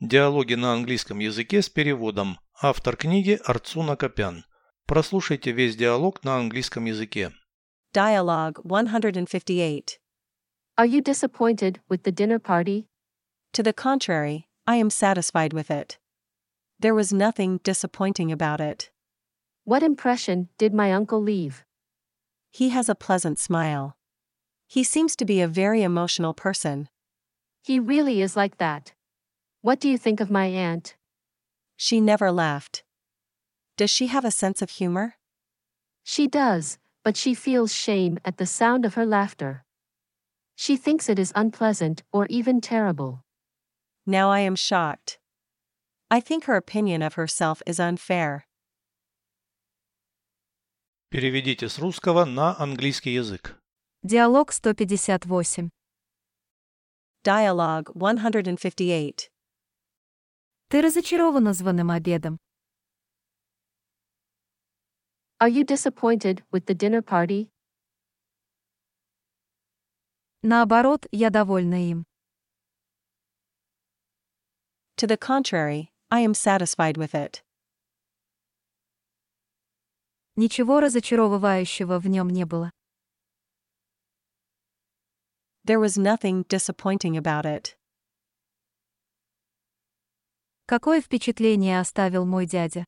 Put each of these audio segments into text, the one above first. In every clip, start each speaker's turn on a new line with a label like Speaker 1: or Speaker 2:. Speaker 1: Диалоги на английском языке с переводом. Автор книги Арцуна Копян. Прослушайте весь диалог на английском языке.
Speaker 2: Dialogue 158.
Speaker 3: Are you disappointed with the dinner party?
Speaker 2: To the contrary, I am satisfied with it. There was nothing disappointing about it.
Speaker 3: What impression did my uncle leave?
Speaker 2: He has a pleasant smile. He seems to be a very emotional person.
Speaker 3: He really is like that. What do you think of my aunt?
Speaker 2: She never laughed. Does she have a sense of humor?
Speaker 3: She does, but she feels shame at the sound of her laughter. She thinks it is unpleasant or even terrible.
Speaker 2: Now I am shocked. I think her opinion of herself is unfair.
Speaker 1: Переведите с русского на английский язык.
Speaker 4: Диалог 158.
Speaker 2: Dialogue 158.
Speaker 4: Ты разочарована званым обедом.
Speaker 3: Are you disappointed with the dinner party?
Speaker 4: Наоборот, я довольна им.
Speaker 2: To the contrary, I am satisfied with it.
Speaker 4: Ничего разочаровывающего в нем не было.
Speaker 2: There was nothing disappointing about it.
Speaker 4: Какое впечатление оставил мой дядя?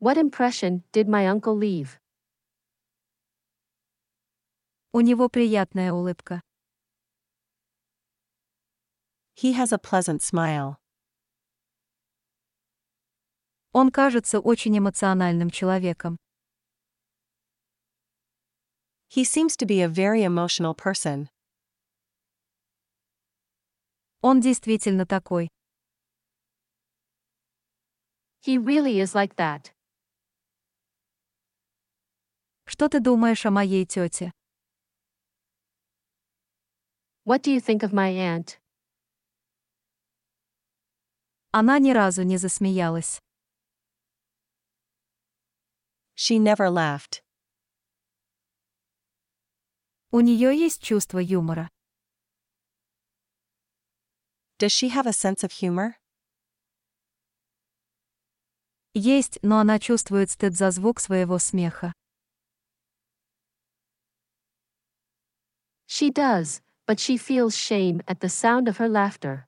Speaker 3: What impression did my uncle leave?
Speaker 4: У него приятная улыбка.
Speaker 2: He has a pleasant smile.
Speaker 4: Он кажется очень эмоциональным человеком.
Speaker 2: He seems to be a very emotional person.
Speaker 4: Он действительно такой.
Speaker 3: He really is like that.
Speaker 4: Что ты думаешь о моей тете?
Speaker 3: What do you think of my aunt?
Speaker 4: Она ни разу не засмеялась.
Speaker 2: She never laughed.
Speaker 4: У нее есть чувство юмора.
Speaker 2: Does she have a sense of humor?
Speaker 4: Есть, но она чувствует стыд за звук своего смеха.
Speaker 3: She does, but she feels shame at the sound of her laughter.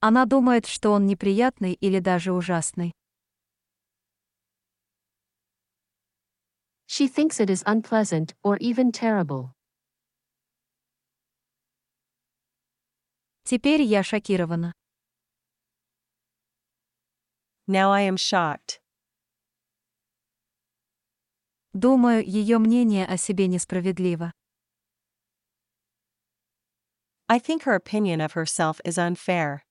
Speaker 4: Она думает, что он неприятный или даже ужасный.
Speaker 3: She thinks it is unpleasant or even terrible.
Speaker 4: Теперь я шокирована.
Speaker 2: Now I am shocked.
Speaker 4: Думаю, ее мнение о себе несправедливо.
Speaker 2: I think her opinion of herself is unfair.